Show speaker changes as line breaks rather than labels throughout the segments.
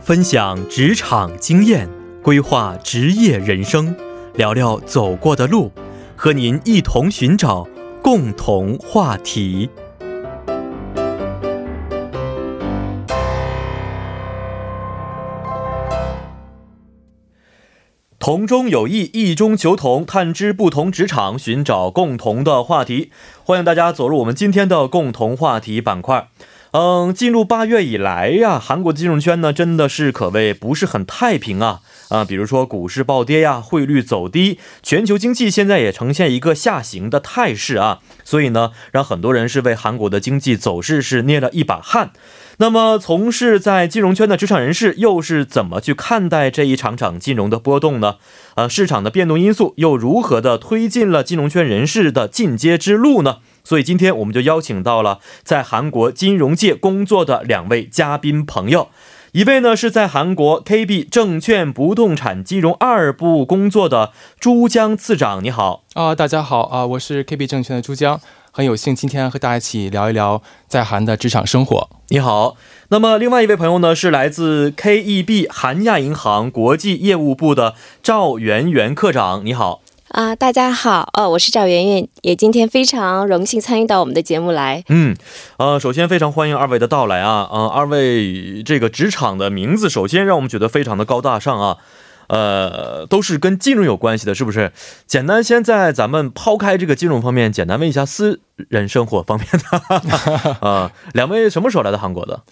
分享职场经验，规划职业人生，聊聊走过的路，和您一同寻找共同话题。同中有异，异中求同，探知不同职场，寻找共同的话题。欢迎大家走入我们今天的共同话题板块。嗯，进入八月以来呀、韩国的金融圈呢，真的是可谓不是很太平啊啊！比如说股市暴跌呀、汇率走低，全球经济现在也呈现一个下行的态势啊，所以呢，让很多人是为韩国的经济走势是捏了一把汗。那么，从事在金融圈的职场人士又是怎么去看待这一场场金融的波动呢？呃，市场的变动因素又如何的推进了金融圈人士的进阶之路呢？所以今天我们就邀请到了在韩国金融界工作的两位嘉宾朋友。一位呢是在韩国 KB 证券不动产金融二部工作的朱江次长，你好。
啊、大家好啊、我是 KB 证券的朱江，很有幸今天和大家一起聊一聊在韩的职场生活。
你好，那么另外一位朋友呢是来自 KEB 韩亚银行国际业务部的赵媛媛科长，你好。
啊、大家好，呃，我是赵媛媛，也今天非常荣幸参与到我们的节目来。
嗯，呃，首先非常欢迎二位的到来啊，呃，二位这个职场的名字，首先让我们觉得非常的高大上啊，呃，都是跟金融有关系的，是不是？简单先在咱们抛开这个金融方面，简单问一下私人生活方面的 啊、两位什么时候来到韩国的？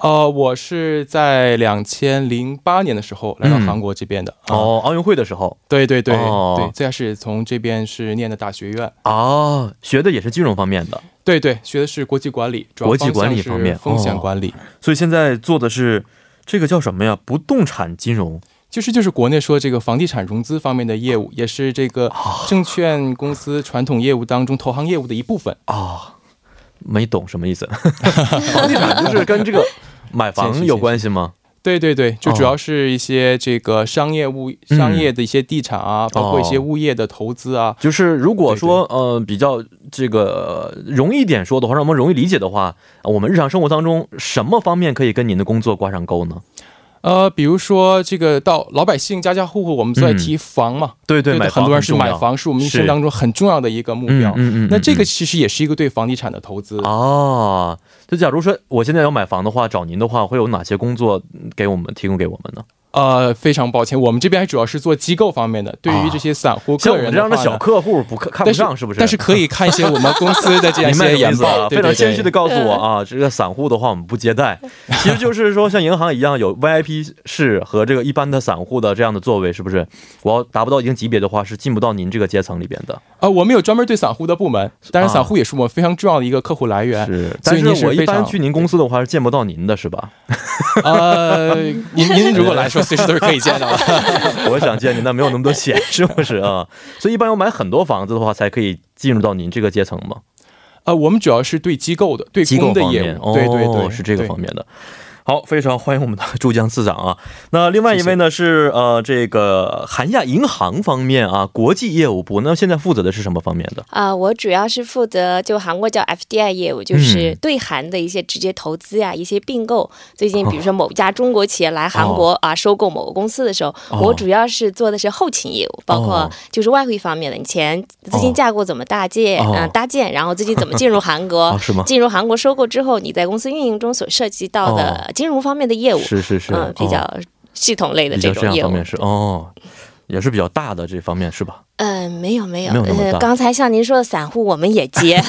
呃，我是在两千零八年的时候来到
嗯
韩国这边的。啊，
哦，奥运会的时候
对对对、
哦
对，最开始从这边是念的大学院，
哦，学的也是金融方面的，
对对，学的是国际管理，主要
国际管理
方
方
向
面
是风险
哦
管理，
所以现在做的是这个叫什么呀？不动产金融
就是就是国内说这个房地产融资方面的业务，也是这个
啊
证券公司传统业务当中投行业务的一部分。
啊、哦，没懂什么意思。房地产就是跟这个买 房有关系吗？
对对对，就主
哦
要是一些这个商业物、
嗯
商业的一些地产
哦
啊，包括一些物业的投资啊。
就是如果说呃比较这个呃容易一点说的话，让我们容易理解的话，呃我们日常生活当中什么方面可以跟您的工作挂上钩呢？
呃，比如说这个到老百姓家家户户，我们都在提房嘛，
嗯对对，
对
买
很
房
多人是
很重
买
要，
房，是我们一
是
生当中很重要的一个目
嗯
标。
嗯嗯，
那这个
嗯
其实也是一个对房地产的投资。
哦，就假如说我现在要买房的话，找您的话，会有哪些工作给我们提供给我们呢？
呃，非常抱歉，我们这边还主要是做机构方面的，对于这些散户
啊像
个
我们
人
这样
的
的
话
小
呢。
客户不看看不
但是
上，是不 是？
但是可以看一些我们公司的这样一
明白什
些
么意
研
思啊
报，对
非常谦虚的。
对对
告诉我啊，这个散户的话我们不接 待，其实就是说像银行一样有 VIP 室和这个一般的散户的这样的座位，是不是？我要达不到一定级别的话，是进不到您这个阶层里边的。
呃，我们有专门对散户的部门，当然
啊
散户也是我们非常重要的一个客户来源。
是，
所
但
以
是
您是
我一
非
般
常
去您公司的话是见不到您的，是吧？
呃，您您如果来说，随时都是可以见到 的。
我想见您，但没有那么多钱，是不是啊？所以一般要买很多房子的话，才可以进入到您这个阶层嘛。
呃，我们主要是对机构的、对
机构
公的
方
业
面，
务，对对
哦
对，
是这个
对
方面的。好，非常欢迎我们的珠江次长啊。那另外一位呢是呃这个韩亚银行方面啊，国际业务部。那现在负责的是什么方面的？
啊、我主要是负责就韩国叫 FDI 业务，就是
嗯
对韩的一些直接投资呀、一些并购。最
哦
近比如说某家中国企业来韩国、啊收购某个公司的时候、
哦
我主要是做的是后勤业务，包括就是外汇方面的，你钱资金架构怎么搭建
哦
啊、搭建，然后资金怎么进入韩国、
哦，是吗？
进入韩国收购之后，你在公司运营中所涉及到的金融方面的业务，
是是是，
嗯，比较
哦、
系统类的
比较
这
这
种
样
业
方
务
面。是哦，也是比较大的这方面是吧？
嗯，没有没有，
没有那么大
呃，刚才像您说的散户，我们 也接，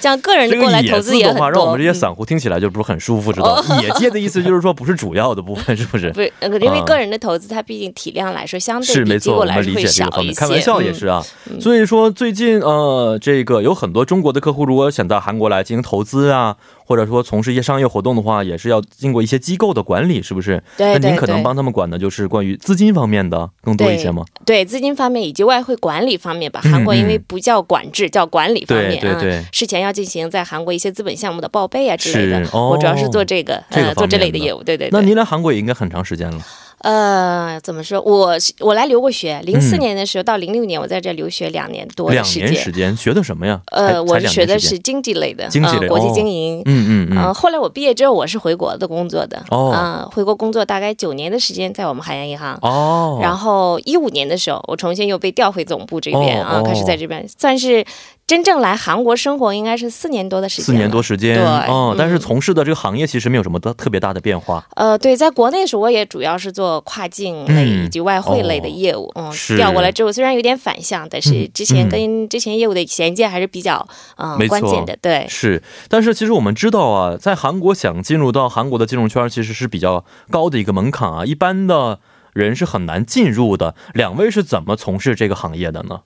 像个人
这
过
个
来投
野
资
字
也
的
很多。
话，让我们这些
嗯哦
散户听起来就不是很舒服，知道吗？野界的意思就是说不是主要的部分，是不是？
不是，呃因为
啊
个人的投资，它毕竟体量来说，相对
是
比
没
机
错，我
构来
们
说
理
会
解这
少
个方
一
面，
些。
开玩笑也
嗯
是啊。所以说最近呃，这个有很多中国的客户如果想到韩国来进行投资啊，或者说从事一些商业活动的话，也是要经过一些机构的管理，是不是？
对
那
对
您可能
对
帮他们管的就是关于资金方面的更多一些吗？
对资金方面以及外汇管理方面吧，
嗯
韩国因为
嗯
不叫管制，叫管理方
对
面
对
啊。
对，
事前要进行在韩国一些资本项目的报备啊之类的
是，哦
我主要是做这个，
这个
呃，
方
做这
面
类的
的
业务，对对对。
那您来韩国也应该很长时间了，
呃，怎么说？我我来留过学，零四年的时候到零六年，我在这留学两年多
嗯
的
两
时间。
年时间学的什么呀？
呃，
才
我
才
是
两
学
年
的
时
是
间
经济类的，
经济类
嗯、国际
哦
经营。
嗯嗯
嗯、
嗯，
后来我毕业之后，我是回国的工作的，嗯、
哦
回国工作大概九年的时间，在我们海洋银行。
哦，
然后一五年的时候，我重新又被调回总部这边、
哦
啊，开始在这边算是真正来韩国生活，应该是四年多的时间。
四年多。时间，
对
哦，
嗯
但是从事的这个行业其实没有什么特特别大的变化。
呃，对，在国内的时候，我也主要是做跨境类
嗯
以及外汇类的业务。嗯，
是
调过来之后，虽然有点反向，但是之
嗯
前跟之前业务的衔接还是比较嗯、
没错
关键的。对，
是，但是其实我们知道啊，在韩国想进入到韩国的金融圈，其实是比较高的一个门槛啊，一般的人是很难进入的。两位是怎么从事这个行业的呢？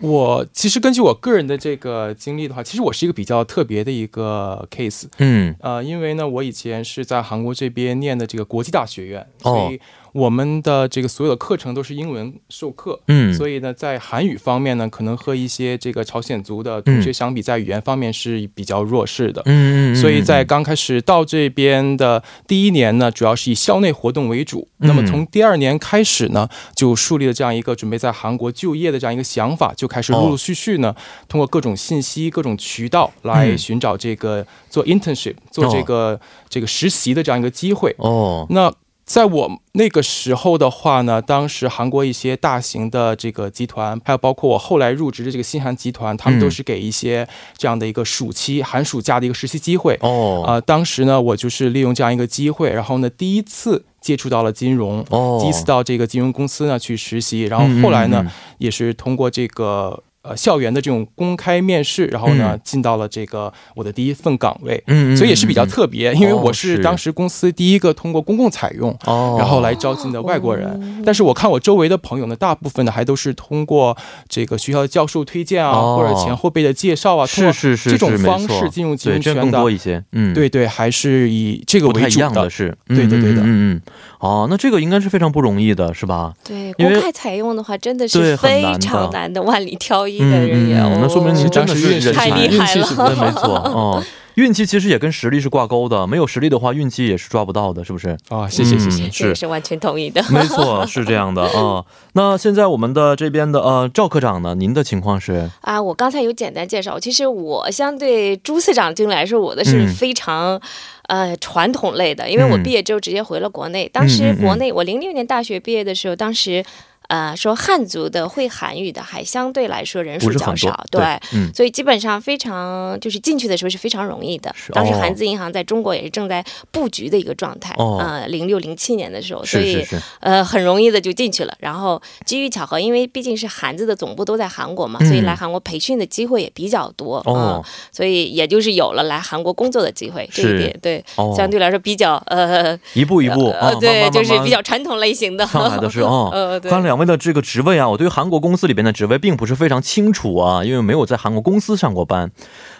我其实根据我个人的这个经历的话，其实我是一个比较特别的一个 case。
嗯，
呃，因为呢，我以前是在韩国这边念的这个国际大学院，
哦
所以我们的这个所有的课程都是英文授课。
嗯
所以呢，在韩语方面呢，可能和一些这个朝鲜族的同学相比，在语言方面是比较弱势的。
嗯嗯嗯嗯
所以在
嗯
刚开始到这边的第一年呢，主要是以校内活动为主。那
嗯
么从第二年开始呢，就树立了这样一个准备在韩国就业的这样一个想法，就开始
哦
陆陆续续呢，通过各种信息、各种渠道来
嗯
寻找这个做 internship、做这个这个实习的这样一个机会。
哦，
那在我那个时候的话呢，当时韩国一些大型的这个集团，还有包括我后来入职的这个新韩集团，他们
嗯
都是给一些这样的一个暑期、寒暑假的一个实习机会。
哦，
啊、当时呢，我就是利用这样一个机会，然后呢，第一次接触到了金融，
哦
第一次到这个金融公司呢去实习，然后后来呢，
嗯嗯嗯
也是通过这个呃校园的这种公开面试，然后呢、
嗯
进到了这个我的第一份岗位，
嗯嗯
所以也是比较特别，因为
哦
我是
是
当时公司第一个通过公共采用。
哦，
然后来招进的外国人，但是我看我周围的朋友呢，大部分呢还都是通过这个学校的教授推荐啊，
哦
或者前后辈的介绍啊，通
是
过
是是
这种
是没
方
错
式进入金
对，
融
这
圈
样更多一些，嗯，
对对，还是以这个
不
为
太一
主
样的是，嗯
对的对
嗯
的
嗯嗯，嗯哦，那这个应该是非常不容易的，是吧？
对，
因为
公开采用的话，真的
对
是
很
非
难的
常难的，万里挑一的
嗯
人员、
嗯嗯那说明
哦
您真的是
是
人
太
才，
厉害
运气是
对，
了。
没错， 哦，运气其实也跟实力是挂钩的，没有实力的话，运气也是抓不到的，是不是？
啊，谢谢谢谢。
嗯、
这
是。
个是完全同意的。
没错， 是这样的啊、那现在我们的这边的呃赵科长呢，您的情况是
啊，我刚才有简单介绍，其实我相对朱次长经历来说，我的是
嗯
非常。呃，传统类的，因为我
嗯
毕业之后直接回了国内。当时
嗯嗯
国内，我零六年大学毕业的时候，当时，呃，说汉族的会韩语的还相对来说人数
不是
较
很
少
多？，嗯，
所以基本上非常就是进去的时候是非常容易的
是。
当时
哦
韩资银行在中国也是正在布局的一个状态，
哦
呃，零六零七年的时候，所
是
以
是是，
呃很容易的就进去了。然后机遇巧合，因为毕竟是韩资的总部都在韩国嘛，
嗯
所以来韩国培训的机会也比较多
哦
嗯所以也就是有了来韩国工作的机会。这
是
一点对，
哦，
相对来说比较呃
一步一步啊、
呃
慢慢慢
对，
慢
就是比较传统类型的。，
上来的是哦
呃对
看两位的这个职位啊，我对韩国公司里边的职位并不是非常清楚啊，因为没有在韩国公司上过班。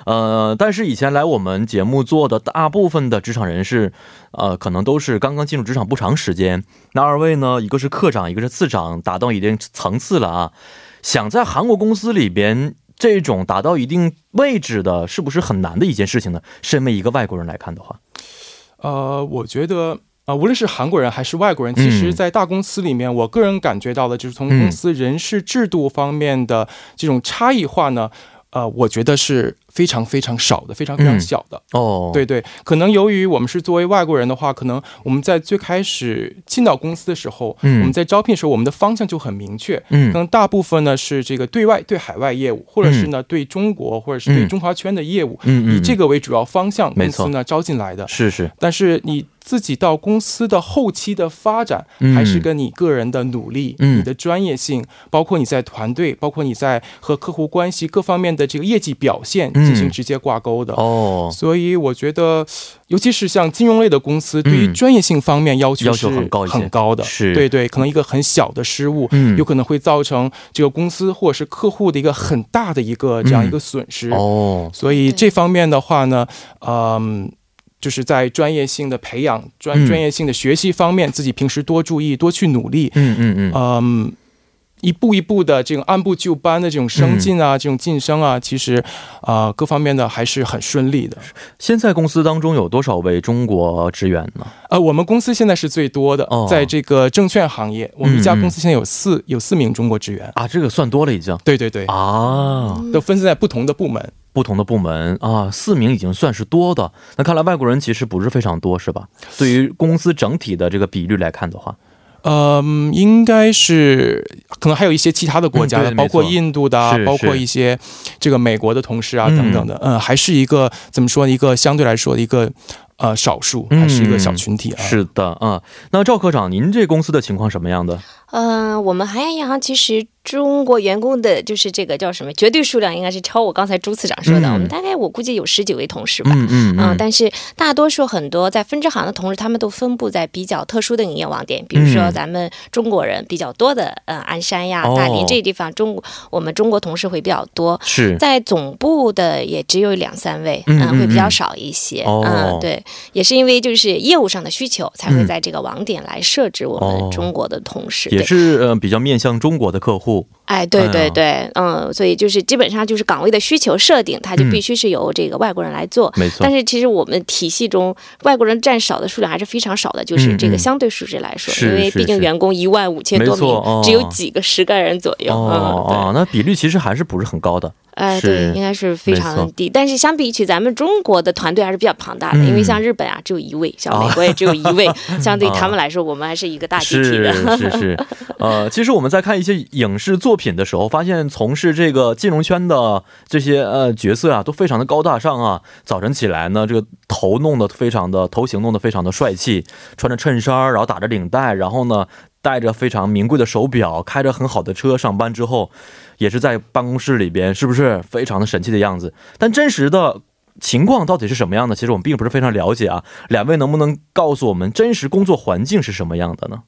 呃，但是以前来我们节目做的大部分的职场人士，呃，可能都是刚刚进入职场不长时间。那二位呢，一个是科长，一个是次长，达到一定层次了啊，想在韩国公司里边。这种达到一定位置的，是不是很难的一件事情呢？身为一个外国人来看的话，
呃，我觉得啊、呃无论是韩国人还是外国人，其实，
嗯
在大公司里面，我个人感觉到的就是从
嗯
公司人事制度方面的这种差异化呢，呃，我觉得是非常非常少的，非常非常
嗯
小的。
哦，
对对，可能由于我们是作为外国人的话，可能我们在最开始进到公司的时候，
嗯
我们在招聘的时候，我们的方向就很明确。
嗯
可能大部分呢是这个对外对海外业务，或者是呢对中国或者是对中华圈的业务，
嗯嗯，
以这个为主要方向，
没
公
错
司呢招进来的。
是是，
但是你自己到公司的后期的发展，
嗯
还是跟你个人的努力、
嗯
你的专业性，包括你在团队，包括你在和客户关系各方面的这个业绩表现
嗯
进行直接挂钩的。
哦，
所以我觉得，尤其是像金融类的公司，对于专业性方面要求
要求
是
很高一些
很高的。
是
对对，可能一个很小的失误，
嗯
有可能会造成这个公司或者是客户的一个很大的一个这样一个损失。
嗯哦，
所以
对
这方面的话呢，嗯、就是在专业性的培养、专
嗯
专业性的学习方面，自己平时多注意、多去努力。
嗯嗯嗯，
嗯、一步一步的这种按部就班的这种升进
嗯
啊，这种晋升啊，其实啊、各方面的还是很顺利的。
现在公司当中有多少位中国职员呢？
呃，我们公司现在是最多的
哦，嗯
在这个证券行业，我们一家公司现在有四、有四名中国职员。
啊，这个算多了已经
对对对，
啊，
都分散在不同的部门。
不同的部门啊，四名已经算是多的。那看来外国人其实不是非常多，是吧？对于公司整体的这个比率来看的话，
嗯，应该是可能还有一些其他的国家的，
嗯对
包括
没错
印度的啊
是，
包括
是
一些这个美国的同事啊
嗯
等等的。嗯，还是一个怎么说呢？一个相对来说的一个呃少数，还是一个小群体啊。
嗯是的啊。那赵科长，您这公司的情况什么样的？
嗯、我们韩亚银行其实中国员工的，就是这个叫什么绝对数量，应该是超我刚才朱次长说的。
嗯
我们大概我估计有十几位同事吧。
嗯嗯
嗯，但是大多数很多在分支行的同事，他们都分布在比较特殊的营业网点，比如说
嗯
咱们中国人比较多的，呃，鞍山呀、
哦嗯
大理这地方，中国我们中国同事会比较多。
是
在总部的也只有两三位，呃
嗯嗯
会比
嗯
较少一些，
哦
嗯，对，也是因为就是业务上的需求，才会在这个网点来设置我
嗯哦
们中国的同事，
也
对
是呃比较面向中国的客户，
哎，对
哎
对
呀
对，嗯，所以就是基本上就是岗位的需求设定，它就必须是由这个外国人来做。
嗯没错
但。是其实我们体系中外国人占少的数量还是非常少的，就
嗯
是
嗯
这个相对数值来说，
是
因为
是
毕竟
是
员工一万五千多
没错哦
名，只有几个十个人左右。
哦哦
嗯，，
那比率其实还是不是很高的。
对，哎，
是
对，应该是非
没
常
错
低。但是相比起咱们中国的团队还是比较庞大的，
嗯
因为像日本啊只有一位，像
哦
美国也只有一位， 相对于他
哦
们来说，我们还是一个大集
是
体的。
是 是，呃，其实我们在看一些影视作品的时候，发现从事这个金融圈的这些呃角色啊，都非常的高大上啊。早晨起来呢，这个头弄得非常的头型弄得非常的帅气，穿着衬衫儿，然后打着领带，然后呢戴着非常名贵的手表，开着很好的车，上班之后也是在办公室里边，是不是非常的神气的样子？但真实的。情况到底是什么样的？其实我们并不是非常了解啊。两位能不能告诉我们真实工作环境是什么样的呢？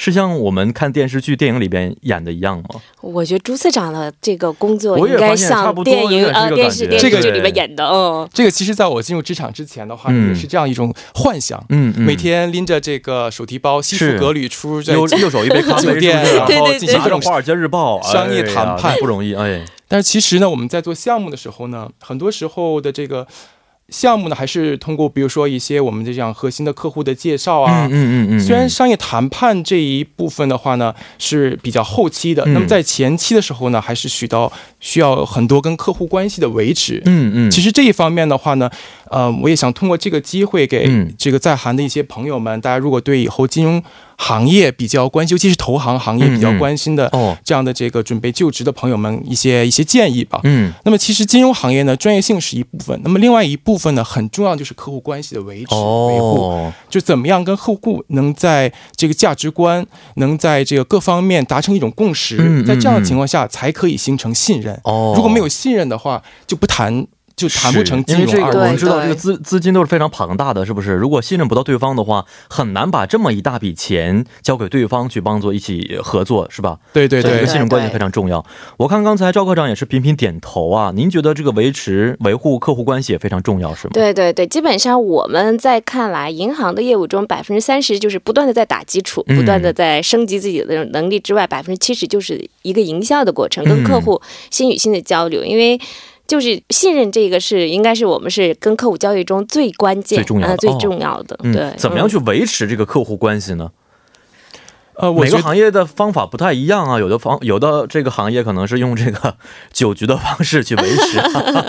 是像我们看电视剧、电影里边演的一样吗？
我觉得朱次长的这个工作
我也
应该
发现差
像
不多
电
有
影
点这
呃
个
电
感
视
觉
电视
这个
剧里面演的，嗯，
这个其实在我进入职场之前的话，
嗯
也是这样一种幻想。
嗯嗯，
每天拎着这个手提包，西服
是
革履出在
右右手一杯咖啡，是
酒
不是
店，
啊
然
然后
后
对对
进
对
行
拿
各
着
种
《华尔街日报》哎呀
商业谈判
那不容易，哎，
但是其实呢，我们在做项目的时候呢，很多时候的这个项目呢，还是通过比如说一些我们的这样核心的客户的介绍啊。
嗯嗯嗯嗯，
虽然商业谈判这一部分的话呢是比较后期的，
嗯
那么在前期的时候呢，还是需要需要很多跟客户关系的维持。
嗯嗯，
其
实
实这一方面的话呢，呃，我也想通过这个机会给
嗯
这个在韩的一些朋友们，大家如果对以后金融行业比较关心，尤其是投行行业比较
嗯嗯
关心的
哦，
这样的这个准备就职的朋友们一些一些建议吧。
嗯
那么其实金融行业呢，专业性是一部分，那么另外一部分呢，很重要就是客户关系的维持、维护，
哦，
就怎么样跟客户能在这个价值观，能在这个各方面达成一种共识，
嗯嗯
在这样的
嗯
情况下才可以形成信任。
哦，
如果没有信任的话，就不谈就谈不成
是因
金
为这
融
个
二
我们
路
对
子。
知道，这个
对
资资金都是非常庞大的，是不是？如果信任不到对方的话，很难把这么一大笔钱交给对方去帮做一起合作，是吧？
对对
所以这
对
个信任关系非常重要。我看刚才赵科长也是频频点头啊，您觉得这个维持维护客户关系也非常重要，是吗？
对对对，基本上我们在看来，银行的业务中百分之三十就是不断的在打基础，
嗯
不断的在升级自己的能力之外，百分之七十就是一个营销的过程，跟
嗯
客户心与心的交流，因为。就是信任这个是应该是我们是跟客户交易中最关键、
最重要的
呃、最
哦
重要的。对、
嗯，怎么样去维持这个客户关系呢？
呃，我
每个
觉得
行业的方法不太一样啊，有的方有的这个行业可能是用这个 酒局的方式去维持，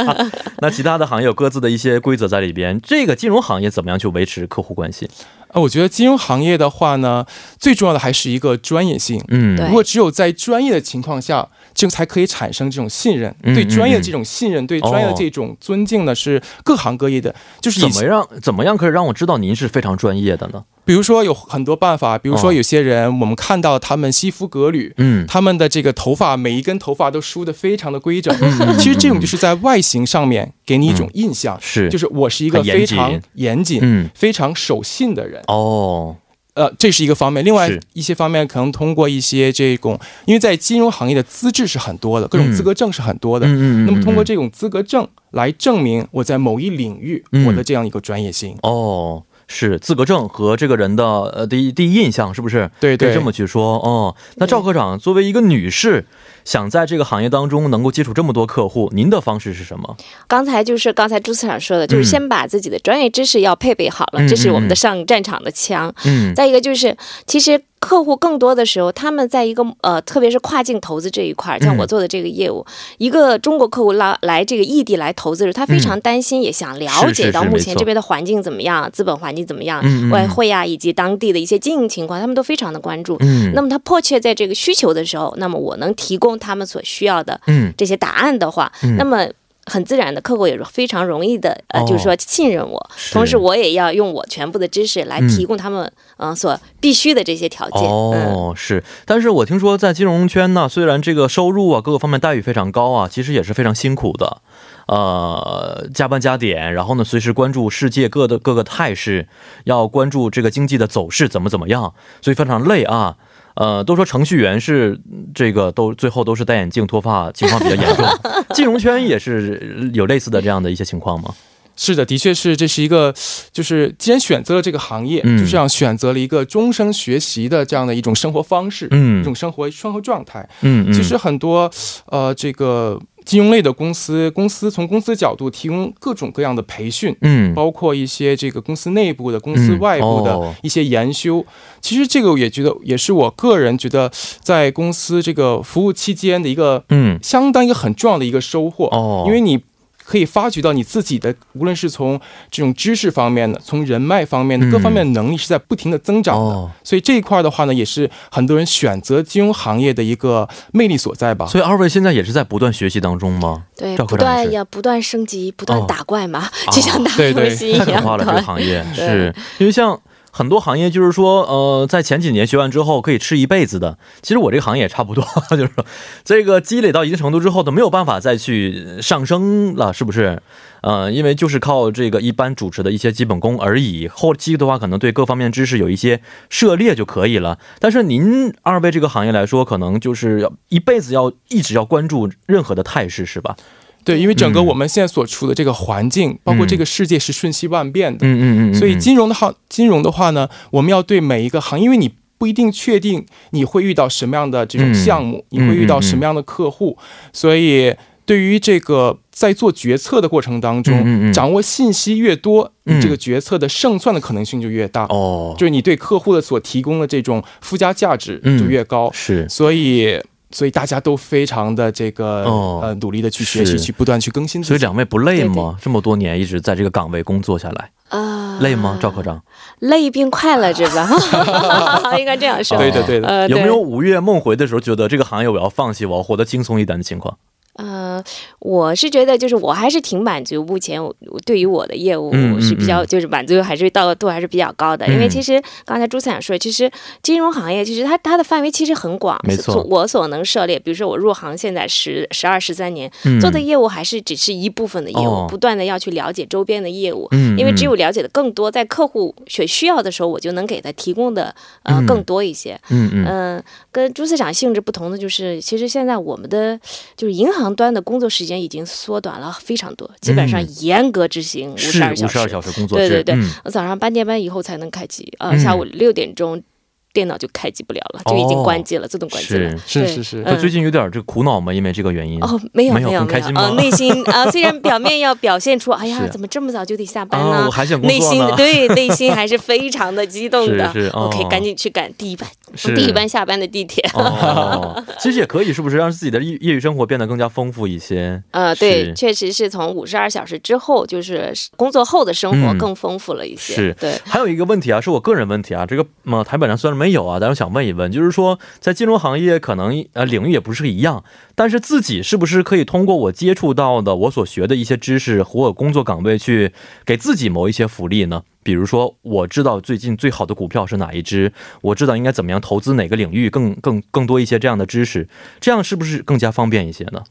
那其他的行业有各自的一些规则在里边。这个金融行业怎么样去维持客户关系？
呃，我觉得金融行业的话呢，最重要的还是一个专业性。
嗯，
对
如果只有在专业的情况下，这才可以产生这种信任。
嗯
对
嗯
专业的这种信任，对专业的这种尊敬呢，是各行各业的。就是以
怎么让怎么样可以让我知道您是非常专业的呢？
比如说有很多办法，比如
哦
说有些人，我们看到他们西服革履。
嗯，
他们的这个头发，每一根头发都梳得非常的规
嗯
整。其实这种就是在外形上面给你一种印象，
嗯是，
就是我是一个
很严
非
谨
常严谨、
嗯，
非常守信的人。
哦，
呃，这是一个方面，另外
是
一些方面可能通过一些这种，因为在金融行业的资质是很多的，各种资格证是很多的。
嗯
那么通过
嗯
这种资格证来证明我在某一领域
嗯
我的这样一个专业性。
哦。是资格证和这个人的呃第一第一印象，是不是？
对对
可以这么去说哦。那赵科长作为一个女士，想在这个行业当中能够接触这么多客户，您的方式是什么？
刚才就是刚才朱司长说的，就是
嗯
先把自己的专业知识要配备好了，
嗯
这是我
嗯
们
嗯
的上战场的枪。
嗯
再一个就是，其实客户更多的时候，他们在一个呃，特别是跨境投资这一块儿，像
嗯
我做的这个业务，一个中国客户拉来这个异地来投资的时候，他非常担心，也想了
是是
解
是
到目
没
前
错
这边的环境怎么样，资本环境怎么样
嗯嗯嗯，
外汇啊，以及当地的一些经营情况，他们都非常的关注。
嗯
那么他迫切在这个需求的时候，那么我能提供他们所需要的
嗯
这些答案的话，
嗯
那么很自然的客户也是非常容易的，呃，
哦
就是说信任我，
是
同时我也要用我全部的知识来
嗯
提供他们嗯、呃所必须的这些条件。嗯，
哦，是，但是我听说在金融圈呢，虽然这个收入啊各个方面待遇非常高啊，其实也是非常辛苦的，呃，加班加点，然后呢，随时关注世界各的各个态势，要关注这个经济的走势怎么怎么样，所以非常累啊。呃，都说程序员是嗯这个都最后都是戴眼镜脱发，情况比较严重。金融圈也是有类似的这样的一些情况吗？
是的，的确是，这是一个，就是既然选择了这个行业，
嗯
就这样选择了一个终生学习的这样的一种生活方式，一
嗯
种生活生活状态。
嗯嗯，
其实很多，呃，这个金融类的公司，公司从公司角度提供各种各样的培训，
嗯
包括一些这个公司内部的、公司外部
哦
的一些研修。其实这个也觉得，也是我个人觉得，在公司这个服务期间的一个
嗯
相当一个很重要的一个收获，
哦，
因为你。可以发掘到你自己的，无论是从这种知识方面的，从人脉方面的，各方面的能力是在不停的增长的。
哦，
所以这一块的话呢，也是很多人选择金融行业的一个魅力所在吧。
啊所以二位现在也是在不断学习当中吗？
对，
赵科
不
长也
断
是
要不断升级，不断
哦
打怪嘛， 就像打
对对
游戏一
太可
样
怕了，这个
的。
行业是因为像很多行业，就是说，呃，在前几年学完之后可以吃一辈子的。其实我这个行业也差不多， 就是说，这个积累到一定程度之后都没有办法再去上升了，是不是？呃，因为就是靠这个一般主持的一些基本功而已。后期的话，可能对各方面知识有一些涉猎就可以了。但是您二位这个行业来说，可能就是要一辈子要一直要关注任何的态势，是吧？
对，因为整个
嗯
我们现在所处的这个环境，包括这个世界是瞬息万变的，
嗯嗯嗯嗯嗯
所以金融的话，金融的话呢，我们要对每一个行，因为你不一定确定你会遇到什么样的这种项目，
嗯
你会遇到什么样的客户，所以对于这个在做决策的过程当中，
嗯嗯嗯
掌握信息越多，
嗯
你这个决策的胜算的可能性就越大，
哦，
就是你对客户的所提供的这种附加价值就越高，
嗯是
所以。所以大家都非常的这个、
哦
呃努力的去学习，
是
去不断去更新
所
自
以
己。
两位不累吗？
对
这么多年一直在这个岗位工作下来，
啊，
累吗？赵科长，
累并快乐着吧， 应该这样说。
对的对的
呃，
有
对
没有午夜梦回的时候觉得这个行业我要放弃，我要活得轻松一点的情况？
呃，我是觉得就是我还是挺满足，目前我我对于我的业务
嗯嗯
是比
嗯
较、就是满足还是到度还是比较高的，因为
嗯
其实刚才朱司长说，其实金融行业其实它它的范围其实很广，
没错
所我所能涉猎，比如说我入行现在十十二十三年，
嗯
做的业务还是只是一部分的业务，
哦
不断的要去了解周边的业务，
嗯
因为只有了解的更多，在客户所需要的时候，我就能给他提供的呃
嗯
更多一些。
嗯嗯
嗯，跟朱市长性质不同的就是，其实现在我们的就是银行端的工作时间已经缩短了非常多，基本上严格执行五
嗯是
十二
五
小
十二
时。
小时工作
对
制，
对对
嗯，
早上八点半以后才能开机，呃，
嗯
下午六点钟电脑就开机不了了，就已经
哦
关机了，自动关机了。
是。
是
对
是是，
那
嗯
最近有点这个苦恼吗？因为这个原因？
哦，没有
没有
没有
很开
没有
心，吗
呃，内心啊、呃，虽然表面要表现 出，哎呀，
是
怎么这么早就得下班
啊，
呢
我？还想工
内
作
心
呢。
对内心还是非常的激动的。
是是哦
OK，赶紧去赶第一班，
是
第一班下班的地铁。
哦，其实也可以，是不是让自己的业业余生活变得更加丰富一些？
呃，
是
对，确实是从五十二小时之后，就是工作后的生活
嗯
更丰富了一些。
是
对，
还有一个问题啊，是我个人问题啊，这个嘛、呃台本上虽然没有啊，但是我想问一问，就是说在金融行业可能呃领域也不是一样，但是自己是不是可以通过我接触到的我所学的一些知识和我工作岗位去给自己谋一些福利呢？比如说，我知道最近最好的股票是哪一只，我知道应该怎么样投资哪个领域更更更多一些这样的知识，这样是不是更加方便一些呢？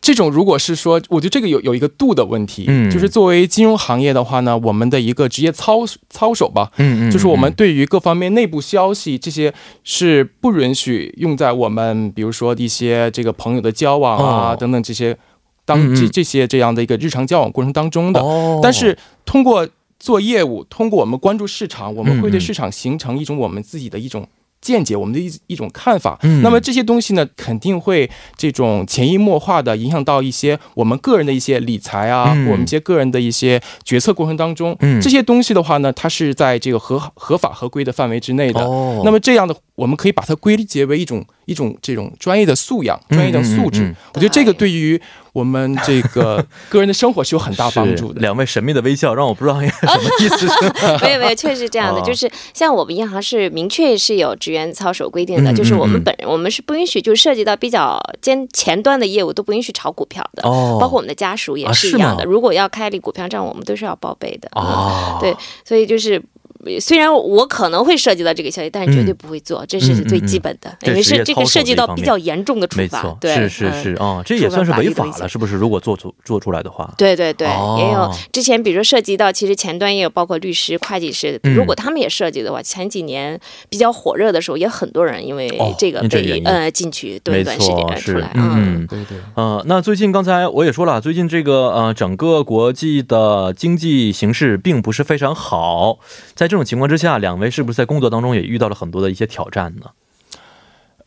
这种如果是说，我觉得这个有有一个度的问题，
嗯
就是作为金融行业的话呢，我们的一个职业操操守吧，
嗯
就是我们对于各方面内部消息这些是不允许用在我们比如说一些这个朋友的交往啊、
哦
等等这些
嗯
当
嗯
这这些这样的一个日常交往过程当中的，
哦
但是通过。做业务，通过我们关注市场，我们会对市场形成一种我们自己的一种。见解，我们的一一种看法、
嗯
那么这些东西呢，肯定会这种潜移默化的影响到一些我们个人的一些理财啊，
嗯
我们一些个人的一些决策过程当中，
嗯
这些东西的话呢，它是在这个合合法合规的范围之内的。
哦
那么这样的，我们可以把它归结为一种一种这种专业的素养、专业的素质。
嗯嗯嗯
我觉得这个对于我们这 个个人的生活是有
哦
很大帮助
是
的。
两位神秘的微笑让我不知道什么意思是。
没有没有，确实是这样的，
啊
就是像我们银行是明确是有职员操守规定的，
嗯
就是我
嗯
们
嗯
本人我们是不允许，就是涉及到比较尖前端的业务都不允许炒股票
呃
的，
哦
包括我们的家属也
啊
是
是
一样的。
吗
如果要开立股票账，我们都是要报备的。嗯
啊，
对，所以就是。呃虽然我可能会涉及到这个消息，但是绝对不会做，这是最基本的，
嗯嗯嗯嗯
因为
这职业
是这
操
个
守
涉及
这一
到
方
比
面
较严重的处
没
罚
错。，
对，
是是
嗯
是啊、这也
触犯
算是
法律
违
的
法
一些
了，是不是？如果做出做出来的话，
对对对，
哦
也有之前，比如说涉及到，其实前端也有包括律师、会计师，
嗯
如果他们也涉及的话，前几年比较火热的时候，也很多人因为
哦
这个
因这原
被、
因
呃进去蹲
没
一段时间
错，
呃出
是
来，
嗯嗯。
对对。
呃，那最近刚才我也说了，最近这个呃，整个国际的经济形势并不是非常好，在这种情况之下，两位是不是在工作当中也遇到了很多的一些挑战呢？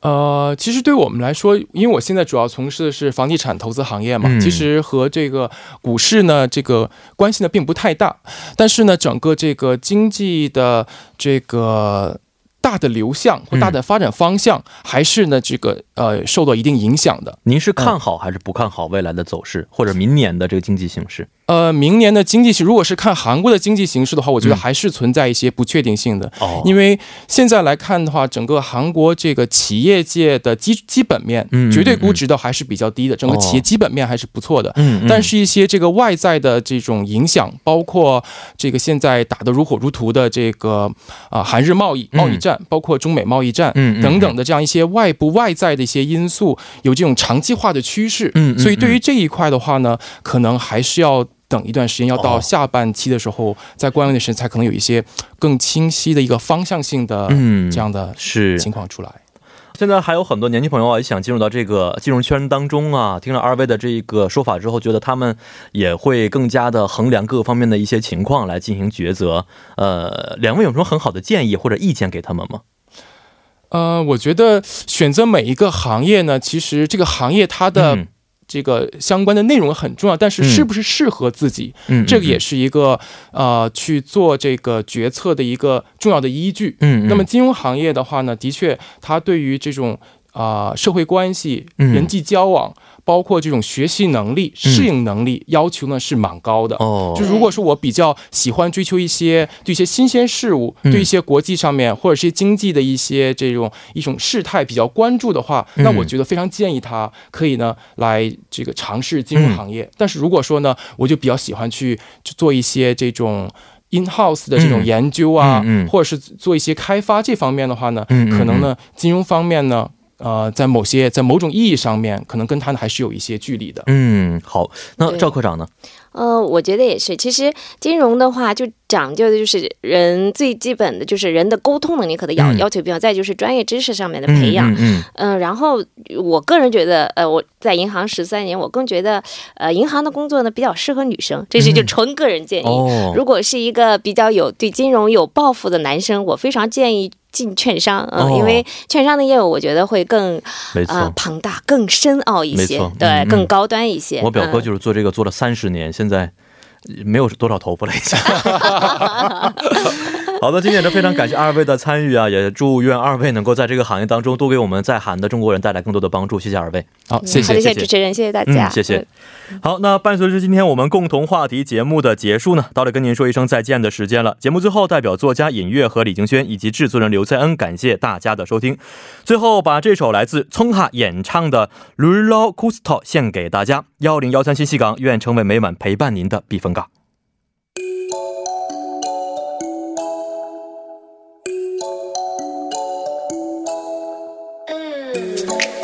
呃，其实对我们来说，因为我现在主要从事的是房地产投资行业嘛，
嗯
其实和这个股市呢，这个关系呢并不太大。但是呢，整个这个经济的这个大的流向或大的发展方向，还是呢这个呃受到一定影响的。
您
嗯
是看好还是不看好未来的走势，或者明年的这个经济形势？
呃，明年的经济形，如果是看韩国的经济形势的话，我觉得
嗯
还是存在一些不确定性的。
哦
因为现在来看的话，整个韩国这个企业界的基基本面
嗯嗯，
绝对估值的还是比较低的，整个企业
哦
基本面还是不错的。
嗯
但是，一些这个外在的这种影响，包括这个现在打得如火如荼的这个啊、韩日贸易
嗯
贸易战，包括中美贸易战
嗯嗯嗯
等等的这样一些外部外在的一些因素，有这种长期化的趋势。
嗯嗯
所以对于这一块的话呢，可能还是要。等一段时间，要
哦
到下半期的时候，在官员的时间才可能有一些更清晰的一个方向性的
嗯
这样的
是
情况出来。
现在还有很多年轻朋友啊，也想进入到这个金融圈当中啊。听了二位的这个说法之后，觉得他们也会更加的衡量各方面的一些情况来进行抉择。呃，两位有什么很好的建议或者意见给他们吗？
呃，我觉得选择每一个行业呢，其实这个行业它的
嗯
这个相关的内容很重要，但是
嗯
是不是适合自己，
嗯，
这个也
是，
是一个呃去做这个决策的一个重要的依据。
嗯，嗯
那么金融行业的话呢，的确，它对于这种啊、呃社会关系、
嗯
人际交往，包括这种学习能力、
嗯
适应能力要求呢是蛮高的。
哦
就，如果说我比较喜欢追求一些对一些新鲜事物，
嗯
对一些国际上面或者是经济的一些这种一种事态比较关注的话，
嗯
那我觉得非常建议他可以呢来这个尝试金融行业。
嗯
但是如果说呢，我就比较喜欢去去做一些这种。in house 的这种
嗯
研究啊，
嗯嗯
或者是做一些开发这方面的话呢，
嗯嗯
可能呢金融方面呢，呃，在某些在某种意义上面，可能跟它还是有一些距离的。
嗯，好，那
对
赵科长呢？
呃，我觉得也是。其实金融的话，就讲究的就是人最基本的就是人的沟通能力可能要、
嗯
要求比较，再就是专业知识上面的培养。
嗯嗯
嗯，然后我个人觉得，呃，我在银行十三年，我更觉得，呃，银行的工作呢比较适合女生，这是就
嗯
纯个人建
嗯
议。
哦，
哎如果是一个比较有对金融有抱负的男生，我非常建议进券商，嗯、
哦
因为券商的业务我觉得会更
没
啊、呃
错，
庞大、更深奥一
没
些
错，
对、
嗯嗯
更高端一些。
我表哥
嗯
就是做这个做了三十年，现在没有多少头发了已经。 好的，今天也是非常感谢二位的参与啊，也祝愿二位能够在这个行业当中多给我们在韩的中国人带来更多的帮助，谢谢二位。
好，
好的，
谢
谢主持人，谢谢大家，
嗯，谢
嗯
谢。好，那伴随着今天我们共同话题节目的结束呢，到了跟您说一声再见的时间了。节目最后，代表作家尹月和李景轩以及制作人刘在恩，感谢大家的收听。最后，把这首来自聪哈演唱的《Lulo Custo》献给大家。幺零幺三信息港，愿成为每晚陪伴您的避风港。
Mm.